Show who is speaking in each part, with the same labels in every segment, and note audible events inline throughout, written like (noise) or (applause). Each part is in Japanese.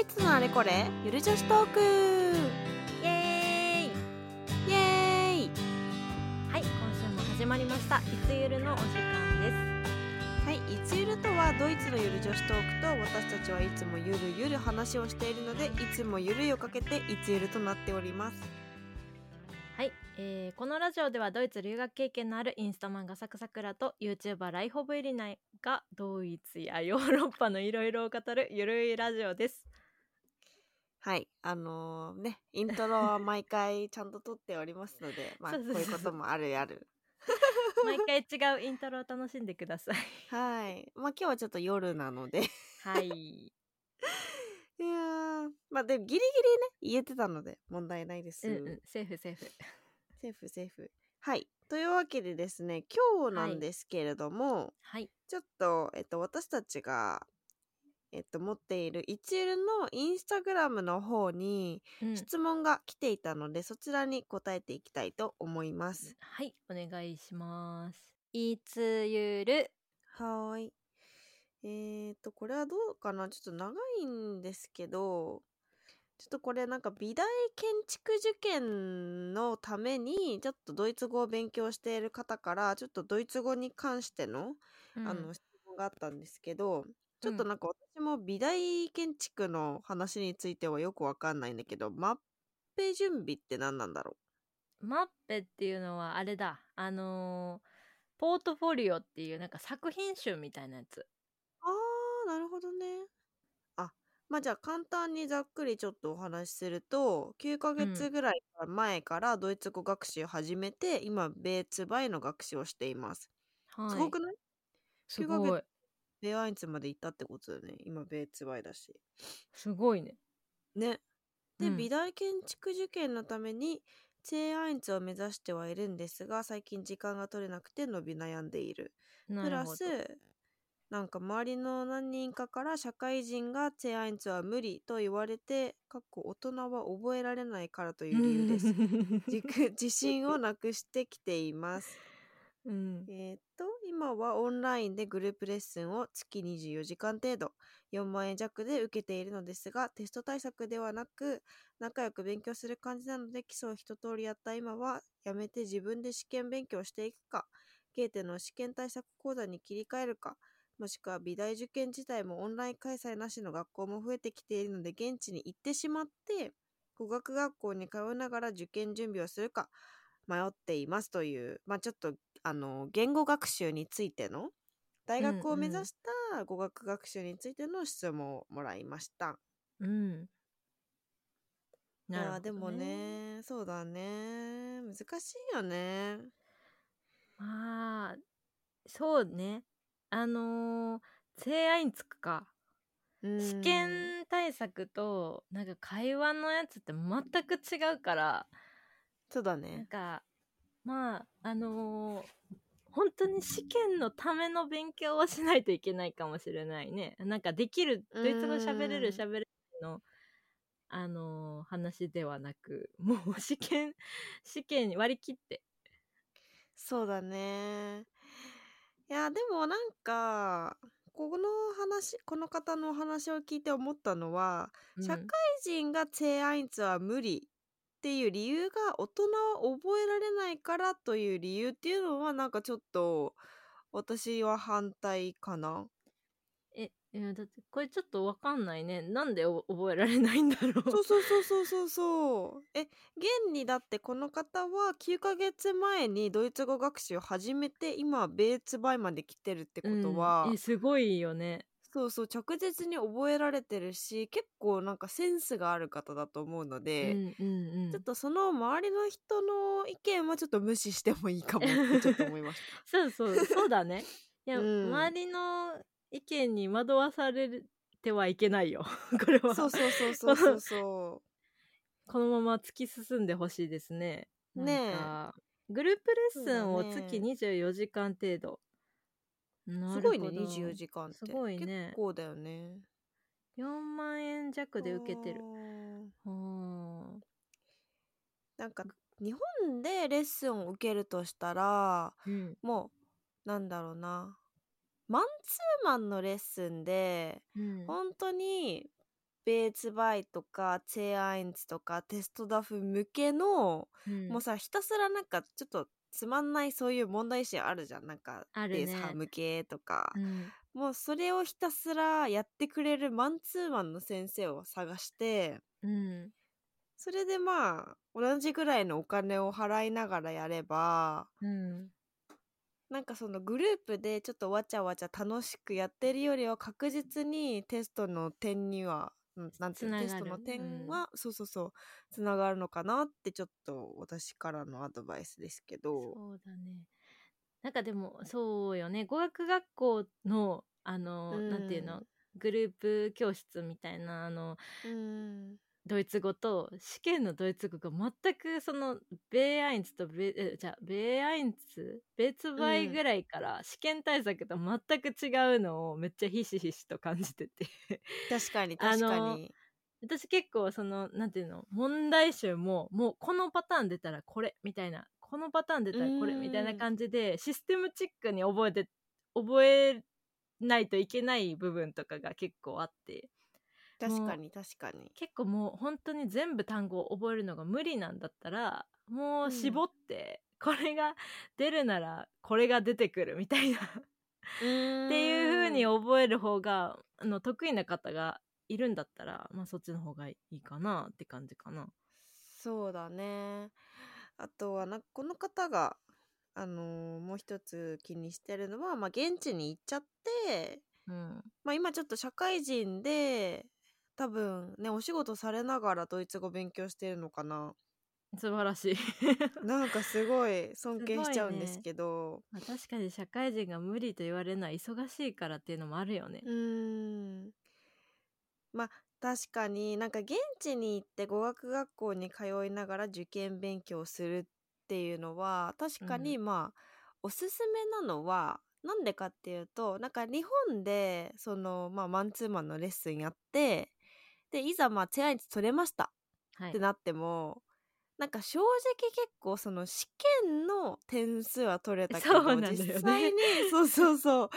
Speaker 1: イツのあれこれゆる女子トーク
Speaker 2: イエーイ
Speaker 1: イエーイ
Speaker 2: はい今週も始まりましたいつゆるのお時間で
Speaker 1: はい、いつゆるとはドイツのゆる女子トークと私たちはいつもゆるゆる話をしているのでいつもゆるいをかけていつゆるとなっております
Speaker 2: すはい、えーこのラジオではドイツ留学経験のあるインスタマンガサクサクラと YouTuber ライホブエリナがドイツやヨーロッパのいろいろを語るゆるいラジオ (laughs) です
Speaker 1: はい、あのーね、イントロは毎回ちゃんと撮っておりますの
Speaker 2: (laughs)
Speaker 1: でまあ
Speaker 2: そ
Speaker 1: こ
Speaker 2: う
Speaker 1: う
Speaker 2: そうそう
Speaker 1: いうこともあるある
Speaker 2: 毎回違うイントロを楽しんでください
Speaker 1: はい、まあ今日はちょっと夜なの
Speaker 2: (laughs)
Speaker 1: でい
Speaker 2: はい
Speaker 1: やーまあでもギリギリね言えてたので問題ないです、
Speaker 2: うんうんセーフセーフ
Speaker 1: セーフセーフはいというわけでですね今日なんですけれども、
Speaker 2: はい
Speaker 1: ちょっと、えっと、私たちが、えっと、持っている一流のインスタグラムの方に
Speaker 2: うん
Speaker 1: 質問が来ていたので、そちらに答えていきたいと思います。
Speaker 2: はいお願いしますいつゆる
Speaker 1: はーい。えー、っと、これはどうかなちょっと長いんですけど、ちょっとこれなんか美大建築受験のために、ちょっとドイツ語を勉強している方から、ちょっとドイツ語に関してのあ
Speaker 2: う
Speaker 1: の
Speaker 2: ん
Speaker 1: 質問があったんですけど、ちょっと
Speaker 2: うん
Speaker 1: なんか私も美大建築の話についてはよくわかんないんだけど、マッペ準備って何なんだろ
Speaker 2: マッペっていうのはあれだあのーポートフォリオっていうなんか作品集みたいなやつ
Speaker 1: うあー、なるほどね。あ、まあじゃあ簡単にざっくりちょっとお話しすると、9ヶ月ぐらい前からドイツ語学習始めて、今、ベーツバイの学習をしています。
Speaker 2: はい
Speaker 1: すごくない
Speaker 2: すごい
Speaker 1: ベアインツまで行ったってことだよね。今、ベーツバイだし。
Speaker 2: すごいね
Speaker 1: ね。で、
Speaker 2: うん
Speaker 1: 美大建築受験のために、チェーンアインツを目指してはいるんですが、最近時間が取れなくて伸び悩んでいる。
Speaker 2: な
Speaker 1: プ
Speaker 2: る
Speaker 1: ラ
Speaker 2: ほど
Speaker 1: ス、なんか周りの何人かから社会人がチェーンアインツは無理と言われて、かっこ大人は覚えられないからという理由
Speaker 2: (laughs)
Speaker 1: です。自自信をなくしてきています。
Speaker 2: うん
Speaker 1: えーっと、今はオンラインでグループレッスンを月24時間程度、4万円弱で受けているのですが、テスト対策ではなく、仲良く勉強する感じなので、基礎を一通りやった今は、やめて自分で試験勉強していくか、ゲーテの試験対策講座に切り替えるか、もしくは美大受験自体もオンライン開催なしの学校も増えてきているので、現地に行ってしまって、語学学校に通いながら受験準備をするか、迷っていますという、まあ、ちょっとあの言語学習についての大学
Speaker 2: う
Speaker 1: を
Speaker 2: ん
Speaker 1: 目
Speaker 2: うん
Speaker 1: 指した語学学習についての質問をもらいました。
Speaker 2: うん
Speaker 1: い
Speaker 2: なるほど、
Speaker 1: やーでもねそうだね難しいよね。
Speaker 2: まあそうねあのー、チェーンアインツクか
Speaker 1: うん
Speaker 2: 試験対策となんか会話のやつって全く違うから
Speaker 1: そうだ
Speaker 2: なん
Speaker 1: ね。
Speaker 2: かまああのー本当に試験のための勉強をしないといけないかもしれないねなんかできる
Speaker 1: うー
Speaker 2: ド
Speaker 1: ん
Speaker 2: イツ語喋れる喋れるのあのー話ではなくもう試験 (laughs) 試験に割り切って
Speaker 1: そうだね。いやーでもなんかこの話この方のお話を聞いて思ったのは、社会人がチェーンアインツは無理っていう理由が大人は覚えられないからという理由っていうのはなんかちょっと私は反対かな。
Speaker 2: うん、えいやだってこれちょっとわかんないねなんでお覚えられないんだろう
Speaker 1: (laughs) そうそうそうそうそうそう。え現にだってこの方は9ヶ月前にドイツ語学習を始めて今はベーツバイまで来てるってこ
Speaker 2: うん
Speaker 1: とは、
Speaker 2: えすごいよね
Speaker 1: そうそう着実に覚えられてるし結構なんかセンスがある方だと思うの
Speaker 2: う
Speaker 1: で。
Speaker 2: んうんうん
Speaker 1: ちょっとその周りの人の意見はちょっと無視してもいいかもってちょっと思いまし
Speaker 2: そうそう、そう
Speaker 1: (laughs)
Speaker 2: だね。いや、
Speaker 1: うん
Speaker 2: 周りの意見に惑わされてはいけないよ。 (laughs) これ
Speaker 1: た。
Speaker 2: は。
Speaker 1: そうそうそうそうそうそ
Speaker 2: このまま突き進んでほしいですね。
Speaker 1: ねえ
Speaker 2: なんかグループレッスンを
Speaker 1: そうだね
Speaker 2: 月24時間程度。
Speaker 1: う。
Speaker 2: な
Speaker 1: す
Speaker 2: る
Speaker 1: ごいね、
Speaker 2: ほど
Speaker 1: 24時間って。
Speaker 2: すごいね
Speaker 1: 結構だよね。
Speaker 2: 4万円弱で受けてる
Speaker 1: あ。ー
Speaker 2: ほ
Speaker 1: なんか、日本でレッスンを受けるとしたら、
Speaker 2: ーうん。
Speaker 1: もう、なんだろうな。マンツーマンのレッスンで、
Speaker 2: うん。
Speaker 1: 本当に、ベーツバイとかチェアインツとかテストダフ向けの、
Speaker 2: うん
Speaker 1: もうさひたすらなんかちょっとつまんないそういう問題集あるじゃんなんか
Speaker 2: ある
Speaker 1: で
Speaker 2: ね
Speaker 1: さ向けとか
Speaker 2: う、ん
Speaker 1: もうそれをひたすらやってくれるマンツーマンの先生を探して
Speaker 2: うん
Speaker 1: それでまあ同じぐらいのお金を払いながらやれば
Speaker 2: うん
Speaker 1: なんかそのグループでちょっとわちゃわちゃ楽しくやってるよりは確実にテストの点にはうんなんていうの
Speaker 2: つなが
Speaker 1: テスト
Speaker 2: る
Speaker 1: の点は、そうそうそうつながるのかなってちょっと私からのアドバイスですけど
Speaker 2: そうだねなんかでもそうよね語学学校のあの、
Speaker 1: うん
Speaker 2: なんていうのグループ教室みたいなあの
Speaker 1: うん
Speaker 2: ドイツ語と試験のドイツ語が全くそのベーアインツとベえじゃあベーアインツベーツバイぐらいから試験対策と全く違うのをめっちゃひしひしと感じてて
Speaker 1: 確かに
Speaker 2: あ
Speaker 1: 確
Speaker 2: の
Speaker 1: かに
Speaker 2: 私結構そのなんていうの問題集ももうこのパターン出たらこれみたいなこのパターン出たらこれ
Speaker 1: うん
Speaker 2: みたいな感じでシステムチックに覚えて覚えないといけない部分とかが結構あって
Speaker 1: 確かに確かに
Speaker 2: 結構もう本当に全部単語を覚えるのが無理なんだったらもう絞って、これが出るならこれが出てくるみたいなっていう風に
Speaker 1: う
Speaker 2: 覚える方があの得意な方がいるんだったら、まあ、そっちの方がいいかなって感じかな。
Speaker 1: そうだねあとはなんかこの方があのーもう一つ気にしてるのは、まあ、現地に行っちゃって
Speaker 2: うん、
Speaker 1: まあ、今ちょっと社会人で多分ねお仕事されながらドイツ語勉強してるのかな
Speaker 2: 素晴らしい
Speaker 1: なんかすごい尊敬しちゃうん
Speaker 2: すごいね
Speaker 1: ですけど
Speaker 2: (laughs) まあ確かに社会人が無理と言われるのは忙しいからっていうのもあるよね
Speaker 1: う。ーんまあ確かになんか現地に行って語学学校に通いながら受験勉強するっていうのは確かにまあ、おすすめなのはなんでかっていうとなんか日本でその、まあ、マンツーマンのレッスンやってでいざまあチェアインチ取れました
Speaker 2: は
Speaker 1: っ
Speaker 2: い
Speaker 1: て、なってもなんか正直結構その試験の点数は取れたけ
Speaker 2: そ
Speaker 1: ど、
Speaker 2: うなんだよね
Speaker 1: 実際にそうそうそう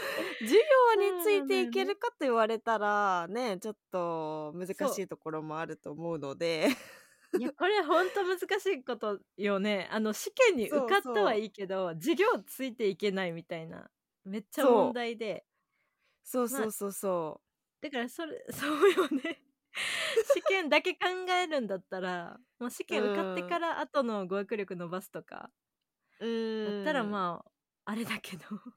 Speaker 1: 授業についていけるかと言われたらねちょっと難しいところもあると思うので (laughs)
Speaker 2: いやこれ本当難しいことよねあの試験に受かったはいいけど授業ついていけないみたいなめっちゃ
Speaker 1: そう
Speaker 2: 問題で
Speaker 1: そうそうそうそ
Speaker 2: だからそれ (laughs) そうよね試験だけ考えるんだったらもう試験受かってから後の語学力伸ばすとか
Speaker 1: うう
Speaker 2: だ
Speaker 1: ーん
Speaker 2: ったらまああれだけど (laughs)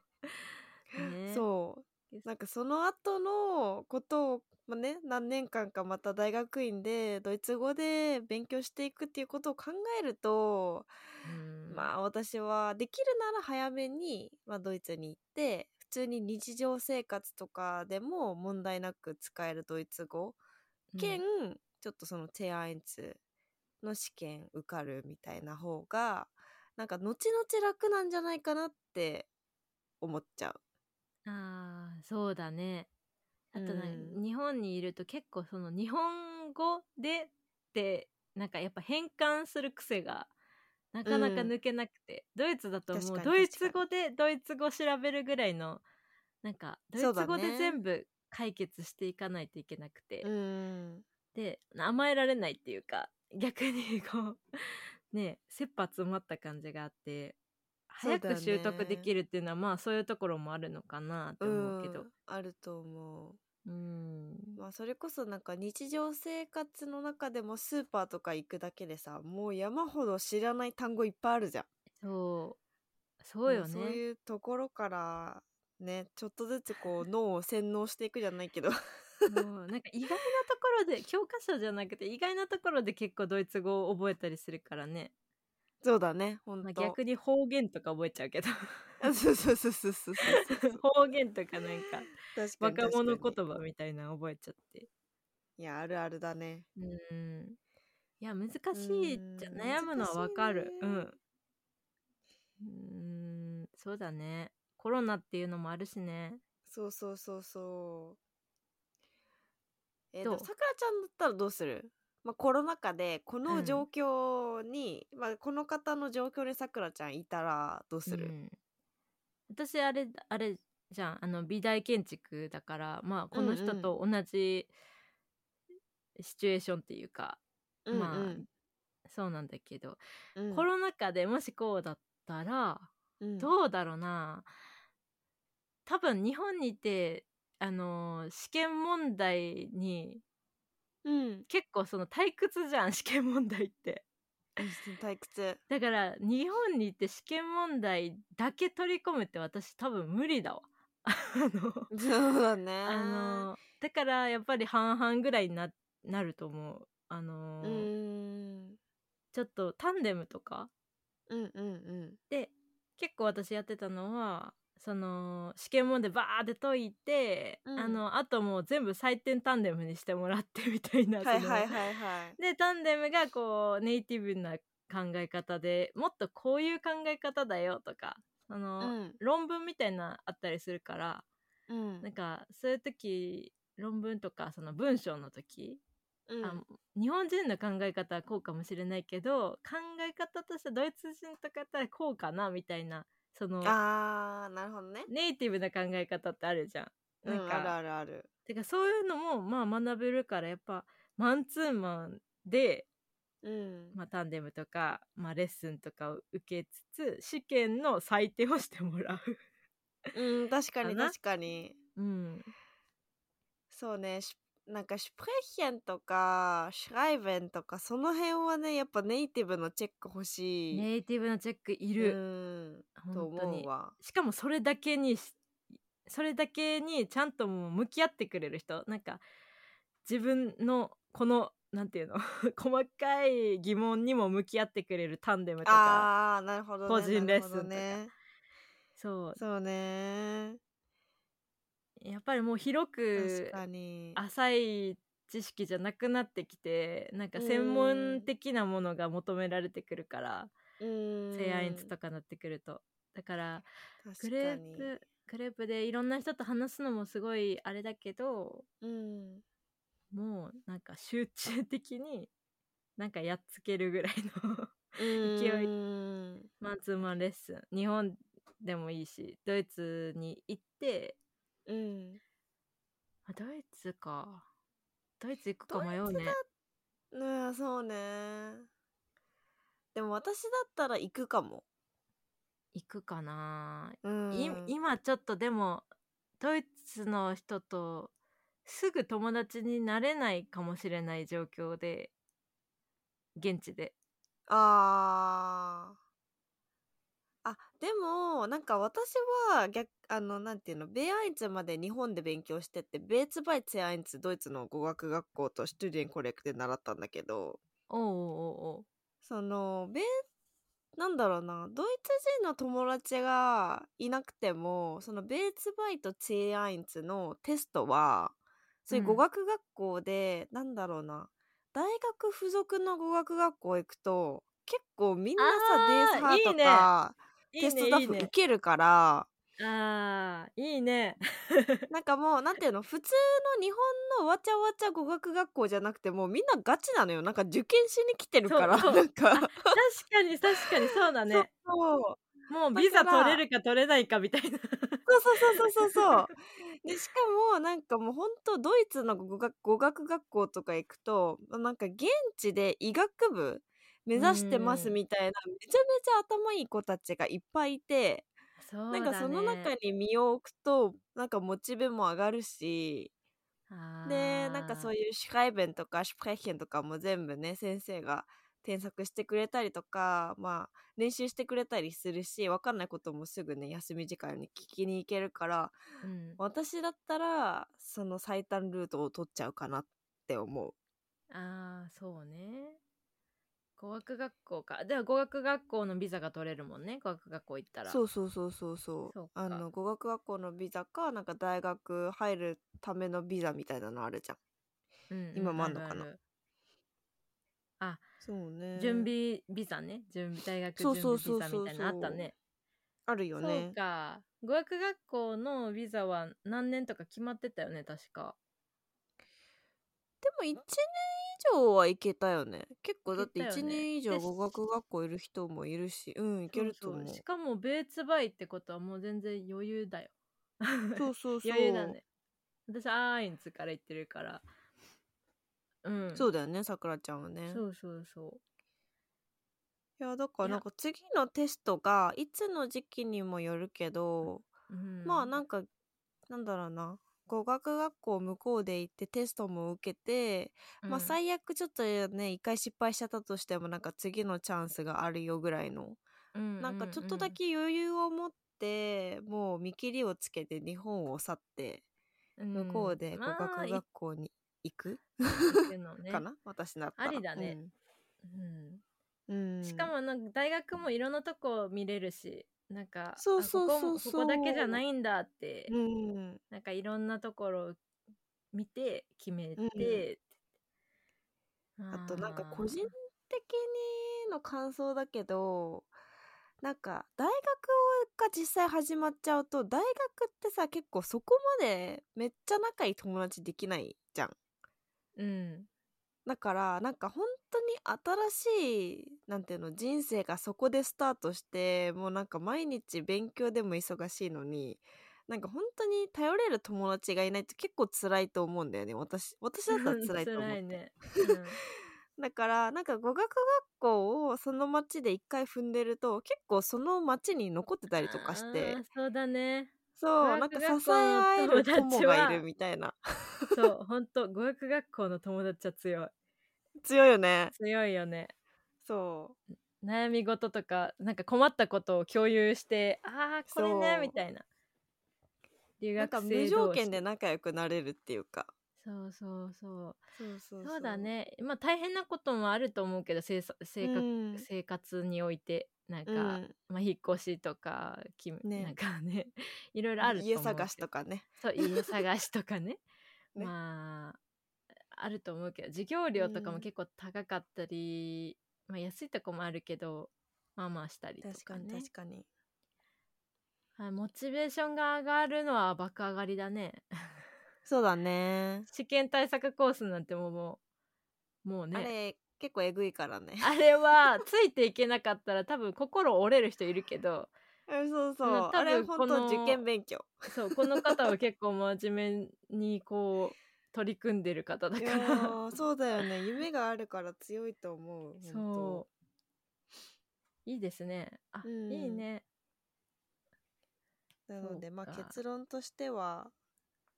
Speaker 2: ね
Speaker 1: そうなんかその後のことをまあね、何年間かまた大学院でドイツ語で勉強していくっていうことを考えると
Speaker 2: うん
Speaker 1: まあ私はできるなら早めに、まあ、ドイツに行って普通に日常生活とかでも問題なく使えるドイツ語
Speaker 2: うん
Speaker 1: 兼、ちょっとそのチェアインツの試験受かるみたいな方がなんか後々楽なんじゃないかなって思っちゃう。
Speaker 2: あーそうだねあとなんか
Speaker 1: うん
Speaker 2: 日本にいると結構その日本語でってなんかやっぱ変換する癖がなかなか抜けなくて、ドイツだともう
Speaker 1: 確か
Speaker 2: ド
Speaker 1: に
Speaker 2: イツ語でドイツ語調べるぐらいのなんかドイ
Speaker 1: そう
Speaker 2: ツ
Speaker 1: だね
Speaker 2: 語で全部解決していかないといけなくて、
Speaker 1: うん
Speaker 2: で甘えられないっていうか逆にこう (laughs) ね切羽詰まった感じがあって
Speaker 1: そう
Speaker 2: 早
Speaker 1: だよ
Speaker 2: く
Speaker 1: ね
Speaker 2: 習得できるっていうのはまあそういうところもあるのかなって思うけど。
Speaker 1: うんあると思う。
Speaker 2: うん
Speaker 1: まあそれこそなんか日常生活の中でもスーパーとか行くだけでさもう山ほど知らない単語いっぱいあるじゃん。
Speaker 2: そうそうよ
Speaker 1: も
Speaker 2: ね
Speaker 1: そういうところからねちょっとずつこう脳を洗脳していくじゃないけど (laughs)
Speaker 2: (laughs) そうなんか意外なところで教科書じゃなくて意外なところで結構ドイツ語を覚えたりするからね、
Speaker 1: そうだねほん
Speaker 2: まあ、
Speaker 1: と、
Speaker 2: 逆に方言とか覚えちゃうけど (laughs)
Speaker 1: あ (laughs) そうそうそうそうそうそうそうそう
Speaker 2: 方言とかなんか
Speaker 1: 確かに
Speaker 2: 若者
Speaker 1: 確か
Speaker 2: 言葉みたいなの覚えちゃって
Speaker 1: にいやあるあるだね
Speaker 2: うんいや難しいじゃ
Speaker 1: うん
Speaker 2: 悩むのはわかるう
Speaker 1: 難
Speaker 2: んうんそうだねコロナっていうのもあるしね
Speaker 1: そうそうそうそうえっ、
Speaker 2: ど
Speaker 1: とさ
Speaker 2: う
Speaker 1: くらちゃんだったらどうするまあ、コロナ禍でこ
Speaker 2: う
Speaker 1: の
Speaker 2: ん
Speaker 1: 状況に、まあ、この方の状況にさくらちゃんいたらどうする、
Speaker 2: うん、私あれあれじゃんあの美大建築だからまあこの人と同じシチュエーションっていうか、
Speaker 1: うんうん
Speaker 2: まあそうなんだけど、
Speaker 1: うん
Speaker 2: コロナ禍でもしこうだったら
Speaker 1: うん
Speaker 2: どうだろうな多分日本にいてあのー試験問題に (laughs)
Speaker 1: うん
Speaker 2: 結構その退屈じゃん (laughs) 試験問題って
Speaker 1: 退屈
Speaker 2: だから日本に行って試験問題だけ取り込むって私多分無理だわ (laughs) あの
Speaker 1: そうだね
Speaker 2: あのだからやっぱり半々ぐらいにななると思うあの
Speaker 1: うーん
Speaker 2: ちょっとタンデムとか
Speaker 1: うんうん
Speaker 2: で結構私やってたのはその試験問題バーって解いて、
Speaker 1: うん
Speaker 2: あのあともう全部採点タンデムにしてもらってみたいな、
Speaker 1: うんはい
Speaker 2: その
Speaker 1: はいはいはい
Speaker 2: でタンデムがこうネイティブな考え方でもっとこういう考え方だよとか (laughs) その、
Speaker 1: うん
Speaker 2: 論文みたいなあったりするから
Speaker 1: うん
Speaker 2: なんかそういう時論文とかその文章の時、
Speaker 1: うん
Speaker 2: あ日本人の考え方はこうかもしれないけど考え方としてドイツ人とかやったらこうかなみたいなその
Speaker 1: あーなるほどね
Speaker 2: ネイティブな考え方ってあるじゃん。
Speaker 1: うん
Speaker 2: なんか
Speaker 1: あるあるある
Speaker 2: てかそういうのもまあ学べるからやっぱマンツーマンで
Speaker 1: うん
Speaker 2: まあ、タンデムとか、まあ、レッスンとかを受けつつ試験の採点をしても
Speaker 1: (laughs)
Speaker 2: らう、
Speaker 1: うん確かに
Speaker 2: かな
Speaker 1: 確かに
Speaker 2: うん、
Speaker 1: そうねしなんかシュプレヒェンとかシュライベンとかその辺はねやっぱネイティブのチェック欲しい、
Speaker 2: ネイティブのチェックいうる、
Speaker 1: んと
Speaker 2: 本
Speaker 1: 思
Speaker 2: 当に
Speaker 1: うわ
Speaker 2: しかもそれだけにしそれだけにちゃんともう向き合ってくれる人なんか自分のこのなんていうの (laughs) 細かい疑問にも向き合ってくれるタンデムとか
Speaker 1: あーなるほど、ね、
Speaker 2: 個人レッスンとか
Speaker 1: なるほどね
Speaker 2: そう
Speaker 1: そうね
Speaker 2: やっぱりもう広
Speaker 1: 確
Speaker 2: く
Speaker 1: かに
Speaker 2: 浅い知識じゃなくなってきてなんか専門的なものが求められてくるから
Speaker 1: セ
Speaker 2: セアインツとかなってくるとだからグ
Speaker 1: 確
Speaker 2: レ
Speaker 1: か
Speaker 2: ー
Speaker 1: に
Speaker 2: プグレープでいろんな人と話すのもすごいあれだけど
Speaker 1: うん
Speaker 2: もうなんか集中的になんかやっつけるぐらいの (laughs)
Speaker 1: 勢
Speaker 2: い
Speaker 1: うん
Speaker 2: マンツーマンレッスン日本でもいいしドイツに行って
Speaker 1: うん
Speaker 2: あドイツかドイツ行くか迷うね
Speaker 1: うんそうねでも私だったら行くかも、
Speaker 2: 行くかな
Speaker 1: うん、
Speaker 2: い今ちょっとでもドイツの人とすぐ友達になれないかもしれない状況で現地で
Speaker 1: あーあでもなんか私は逆あのなんていうのベアインツまで日本で勉強しててベーツバイツェアインツドイツの語学学校とシュトゥディエンコレクで習ったんだけど
Speaker 2: おうおうおうおう
Speaker 1: そのベなんだろうなドイツ人の友達がいなくてもそのベーツバイとチェアインツのテストはそういう
Speaker 2: うん
Speaker 1: 語学学校で、なんだろうな大学附属の語学学校行くと結構みんなさデースハ
Speaker 2: あー
Speaker 1: ーとか
Speaker 2: い
Speaker 1: テ
Speaker 2: いね
Speaker 1: ストダ
Speaker 2: いい
Speaker 1: フ受
Speaker 2: ね
Speaker 1: けるから
Speaker 2: あーいい (laughs) ね
Speaker 1: なんかもうなんていうの普通の日本のわちゃわちゃ語学学校じゃなくてもうみんなガチなのよなんか受験しに来てるから
Speaker 2: そうそう
Speaker 1: なんか
Speaker 2: あ確かに確かにそうだね
Speaker 1: そう
Speaker 2: もうビザ
Speaker 1: だから
Speaker 2: 取れるか取れないかみたいな
Speaker 1: そうそうそうそうそうそう。 (laughs) でしかもなんかもう本当ドイツの語学語学学校とか行くとなんか現地で医学部目指してます
Speaker 2: うん
Speaker 1: みたいなめちゃめちゃ頭いい子たちがいっぱいいて、
Speaker 2: そう
Speaker 1: な
Speaker 2: だ、ね、
Speaker 1: んかその中に身を置くとなんかモチベも上がるしでなんかそう
Speaker 2: い
Speaker 1: いうシュライベンとかシュプレヒェンとかも全部ね先生が添削してくれたりとかまあ練習してくれたりするし分かんないこともすぐね休み時間に聞きに行けるから
Speaker 2: う、うん、
Speaker 1: 私だったらその最短ルートを取っちゃうかなって思う
Speaker 2: ああそうね語学学校かでは語学学校のビザが取れるもんね語学学校行ったら
Speaker 1: そうそうそうそうそう
Speaker 2: そうか
Speaker 1: あの語学学校のビザかなんか大学入るためのビザみたいなのあるじゃん
Speaker 2: うんうん
Speaker 1: 今もあんのかな
Speaker 2: るる
Speaker 1: そうね
Speaker 2: 準備ビザね準備大学
Speaker 1: そ
Speaker 2: 準
Speaker 1: うそう
Speaker 2: 備
Speaker 1: そう
Speaker 2: ビ
Speaker 1: そう
Speaker 2: ザみたいなのあったね
Speaker 1: あるよ
Speaker 2: そ
Speaker 1: ね
Speaker 2: うか語学学校のビザは何年とか決まってたよね確か
Speaker 1: でも1年以上はいけたよね結構だって
Speaker 2: 行
Speaker 1: 1
Speaker 2: けたよね
Speaker 1: 年以上
Speaker 2: で
Speaker 1: 語学学校いる人もいるしうんいけると思う
Speaker 2: そう
Speaker 1: そ (laughs) う
Speaker 2: そうしかもベーツバイってことはもう全然余裕だよ
Speaker 1: そうそう
Speaker 2: 余裕だね私アーインツから行ってるからうん
Speaker 1: そうだよねさくらちゃんはね
Speaker 2: そうそうそう
Speaker 1: いやだから
Speaker 2: いや
Speaker 1: なんか次のテストがいつの時期にもよるけど、
Speaker 2: うん
Speaker 1: まあなんかなんだろうな語学学校向こうで行ってテストも受けて、まあ
Speaker 2: うん
Speaker 1: 最悪ちょっとね一回失敗しちゃったとしてもなんか次のチャンスがあるよぐらいの、
Speaker 2: うん
Speaker 1: なんかちょっとだ、け余裕を持ってもう見切りをつけて日本を去って
Speaker 2: うん
Speaker 1: 向こうで
Speaker 2: ん
Speaker 1: 語
Speaker 2: まあ
Speaker 1: 学
Speaker 2: い
Speaker 1: 学校に行く
Speaker 2: 行くのね
Speaker 1: かな、私だったら
Speaker 2: ありだね、うん
Speaker 1: うんうん
Speaker 2: しかもなんか大学もいろんなとこ見れるしなんか
Speaker 1: そうそう
Speaker 2: あここ
Speaker 1: そ
Speaker 2: も
Speaker 1: うそう
Speaker 2: ここだけじゃないんだって、
Speaker 1: うん
Speaker 2: なんかいろんなところを見て決めて、
Speaker 1: あとなんか
Speaker 2: ー
Speaker 1: 個人的にの感想だけどなんか大学が実際始まっちゃうと大学ってさ結構そこまでめっちゃ仲いい友達できないじゃん。
Speaker 2: うん
Speaker 1: だからなんか本当に新しいなんていうの人生がそこでスタートしてもうなんか毎日勉強でも忙しいのになんか本当に頼れる友達がいないと結構辛いと思うんだよね私私だったら辛いと思
Speaker 2: (laughs) 辛
Speaker 1: う
Speaker 2: い。ね、
Speaker 1: だからなんか語学学校をその町で一回踏んでると結構その町に残 (laughs) ってたりとかし
Speaker 2: あ
Speaker 1: て
Speaker 2: ーそうだね
Speaker 1: そう
Speaker 2: 語
Speaker 1: なん
Speaker 2: 学
Speaker 1: か
Speaker 2: 学
Speaker 1: 支
Speaker 2: 校の
Speaker 1: え合える友がい
Speaker 2: 友達
Speaker 1: る
Speaker 2: は
Speaker 1: みたいな (laughs)
Speaker 2: そう本当語学学校の友達は強い
Speaker 1: 強いよね
Speaker 2: 強いよね
Speaker 1: そ
Speaker 2: 悩み事とかなんか困ったことを共有してああこれ
Speaker 1: そ
Speaker 2: ね
Speaker 1: う
Speaker 2: みたいな留
Speaker 1: うなんか
Speaker 2: 学生同士
Speaker 1: 無条件で仲良くなれるっていうか
Speaker 2: そうそうそう
Speaker 1: そうそ
Speaker 2: そうだねまあ大変なこともあると思うけど生さ生活
Speaker 1: うん
Speaker 2: 生活においてなんか、
Speaker 1: うん
Speaker 2: まあ、引っ越しとかき、
Speaker 1: ね
Speaker 2: なんかね (laughs) いろいろあると思う
Speaker 1: 家探しとか
Speaker 2: か
Speaker 1: ね
Speaker 2: そう家探しとかね
Speaker 1: (laughs) ね
Speaker 2: まああると思うけど授業料とか
Speaker 1: うん
Speaker 2: も結構高かったり、まあ、安いとこもあるけどまあまあしたりと
Speaker 1: 確
Speaker 2: か
Speaker 1: かに
Speaker 2: ね
Speaker 1: 確かに
Speaker 2: はいモチベーションが上がるのは爆上がりだね
Speaker 1: (laughs)
Speaker 2: (laughs)
Speaker 1: そうだね
Speaker 2: 試験対策コースなんてもうもうもうね
Speaker 1: あれ結構えぐいからね
Speaker 2: (laughs) あれはついていけなかったら多分心折れる人いるけど
Speaker 1: (laughs) うんそうそううん
Speaker 2: 多分
Speaker 1: あれ本
Speaker 2: こ
Speaker 1: 当
Speaker 2: の
Speaker 1: 受験勉強
Speaker 2: そうこの方は結構真面目にこう取り組んでる方だ
Speaker 1: い
Speaker 2: か (laughs)
Speaker 1: や
Speaker 2: ら
Speaker 1: ーそうだよね夢があるから強いと思う本
Speaker 2: そういいですねあ、
Speaker 1: うん
Speaker 2: いいね
Speaker 1: 当なのでまあ
Speaker 2: そうか
Speaker 1: 結論としては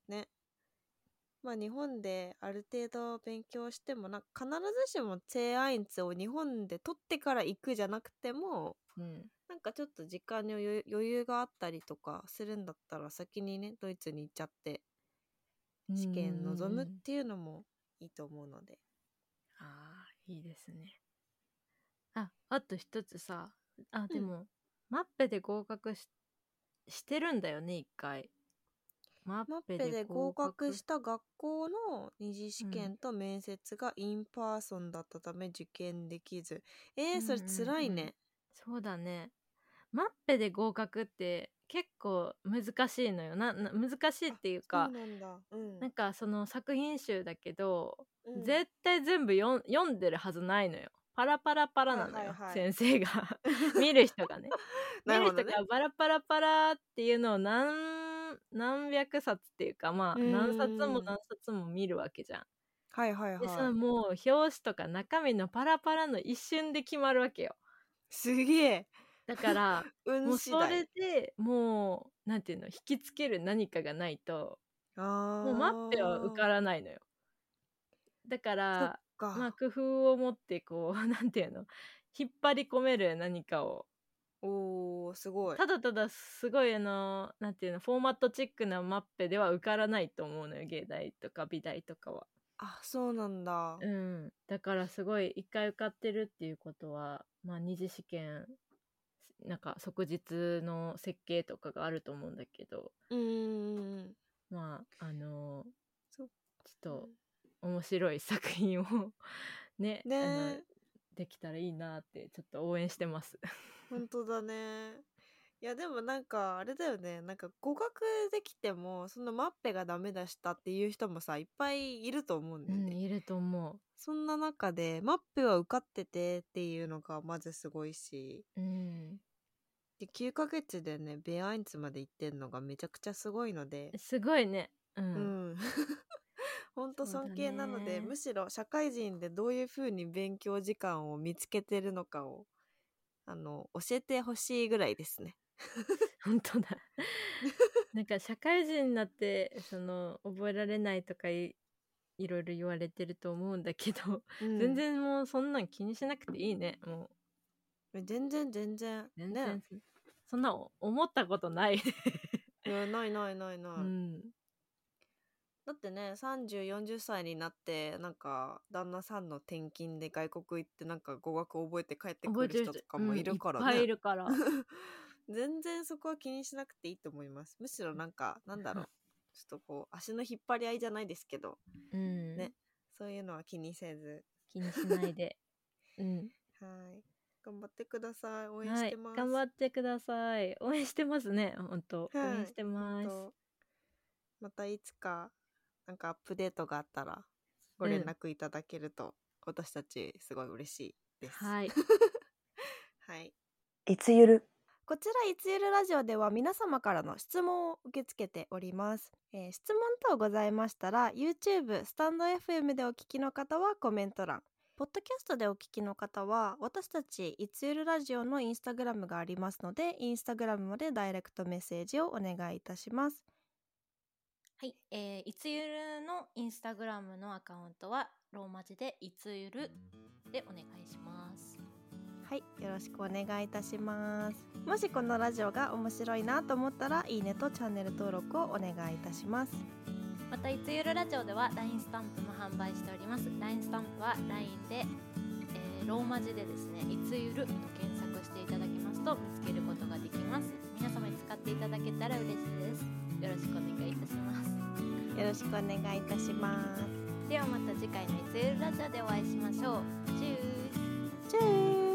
Speaker 1: ねまあ日本である程度勉強してもなんか必ずしも正アインツを日本で取ってから行くじゃなくても
Speaker 2: うん
Speaker 1: なんかちょっと時間に余裕余裕があったりとかするんだったら先にねドイツに行っちゃって試験臨むっていうのもいいと思うので
Speaker 2: あーいいですねああと一つさあでも、マッペで合格ししてるんだよね一回マ
Speaker 1: マッ
Speaker 2: ッ
Speaker 1: ペ
Speaker 2: ペ
Speaker 1: で
Speaker 2: で
Speaker 1: 合
Speaker 2: 合
Speaker 1: 格
Speaker 2: 格
Speaker 1: した学校の二次試験と面接がインパーソンだったため受験できず、えー、それ
Speaker 2: うんうん
Speaker 1: 辛いね、
Speaker 2: そうだねマッペで合格って結構難しいのよなな難しいっていうか
Speaker 1: そうなんだ、うん
Speaker 2: なんかその作品集だけど、
Speaker 1: うん
Speaker 2: 絶対全部読ん読んでるはずないのよパラパラパラなのよ、
Speaker 1: はいはいはい
Speaker 2: 先
Speaker 1: (laughs)
Speaker 2: 生が見る人がね
Speaker 1: なる
Speaker 2: 見る
Speaker 1: ほ
Speaker 2: 人
Speaker 1: どね
Speaker 2: がバラパラパラっていうのを何何百冊っていうかまあ
Speaker 1: うん
Speaker 2: 何冊も何冊も見るわけじゃん。
Speaker 1: はいはい
Speaker 2: で
Speaker 1: は
Speaker 2: さ
Speaker 1: い
Speaker 2: もう表紙とか中身のパラパラの一瞬で決まるわけよ。
Speaker 1: すげえ
Speaker 2: だから
Speaker 1: (laughs)
Speaker 2: も
Speaker 1: 運
Speaker 2: う
Speaker 1: 次
Speaker 2: それ
Speaker 1: 第
Speaker 2: でもうなんていうの引きつける何かがないと
Speaker 1: あも
Speaker 2: もうマッペは受からないのよ。だか
Speaker 1: そっ
Speaker 2: ら
Speaker 1: か、
Speaker 2: まあ工夫を持ってこう (laughs) なんていうの引っ張り込める何かを
Speaker 1: おーすごい
Speaker 2: ただただすごいあのなんていうのフォーマットチックなマッペでは受からないと思うのよ芸大とか美大とかは。
Speaker 1: あそうなんだ、
Speaker 2: うん、だからすごい一回受かってるっていうことは、まあ、二次試験なんか即日の設計とかがあると思うんだけど
Speaker 1: うん、うんうんうん
Speaker 2: まああの
Speaker 1: そっ
Speaker 2: ちょっと面白い作品を (laughs) ね
Speaker 1: ね
Speaker 2: あ
Speaker 1: え
Speaker 2: のできたらいいなってちょっと応援してます。
Speaker 1: 本当だねいやでもなんかあれだよねなんか語学できてもそのマッペがダメでしたっていう人もさいっぱいいると思うんだ
Speaker 2: う
Speaker 1: よね、
Speaker 2: ん、いると思
Speaker 1: そんな中でマッペは受かっててっていうのがまずすごいし
Speaker 2: う。うん、
Speaker 1: で9ヶ月でねベアインツまで行ってんのがめちゃくちゃすごいのです (laughs)
Speaker 2: ごいね。う
Speaker 1: うんん、本当
Speaker 2: そうだ
Speaker 1: 尊敬なので、
Speaker 2: ね
Speaker 1: むしろ社会人でどういうふうに勉強時間を見つけてるのかをあの教えてほしいぐらいですね。
Speaker 2: 本当だ (laughs) なんか社会人になってその覚えられないとかいいろいろ言われてると思うんだけど、
Speaker 1: うん
Speaker 2: 全然もうそんなん気にしなくていいねも
Speaker 1: 全然全然
Speaker 2: う全然、
Speaker 1: ね
Speaker 2: (laughs) そんな思ったことない、 (laughs)
Speaker 1: いやないないないない、
Speaker 2: うん
Speaker 1: だってね3040歳になってなんか旦那さんの転勤で外国行ってなんか語学覚えて帰ってくる人とかもいるから
Speaker 2: うんいっぱいい
Speaker 1: ね、
Speaker 2: るから
Speaker 1: (laughs) 全然そこは気にしなくていいと思いますむしろなんかなんだろう
Speaker 2: (laughs)
Speaker 1: ちょっとこう足の引っ張り合いじゃないですけど
Speaker 2: うん、
Speaker 1: ねそういうのは気にせず
Speaker 2: 気にしないで、うん、
Speaker 1: はい頑張ってくださ (laughs) い応援
Speaker 2: は
Speaker 1: し
Speaker 2: い
Speaker 1: てます、
Speaker 2: 頑張ってください応援してますね本当、
Speaker 1: はい
Speaker 2: 応援してます
Speaker 1: とまたいつかなんかアップデートがあったらご連絡いただけると、私たちすごい嬉しいです。い、
Speaker 2: はい
Speaker 1: はい、
Speaker 3: いつゆる。
Speaker 1: こちらいつゆるラジオでは皆様からの質問を受け付けております、えー質問等ございましたら YouTube スタンド FM でお聞きの方はコメント欄ポッドキャストでお聞きの方は私たちいつゆるラジオのインスタグラムがありますのでインスタグラムまでダイレクトメッセージをお願いいたします
Speaker 4: はい、えーいつゆるのインスタグラムのアカウントはローマ字でいつゆるでお願いします。
Speaker 1: はい、よろしくお願いいたします。もしこのラジオが面白いなと思ったら、いいねとチャンネル登録をお願いいたします。
Speaker 4: またいつゆるラジオでは LINE スタンプも販売しております LINE スタンプは LINE で、えーローマ字でですねいつゆると検索していただきますと見つけることができます皆様に使っていただけたら嬉しいですよろしくお願いいたします
Speaker 1: よろしくお願いいたします。
Speaker 4: ではまた次回のいつゆるラジオでお会いしましょうチュース
Speaker 1: チュー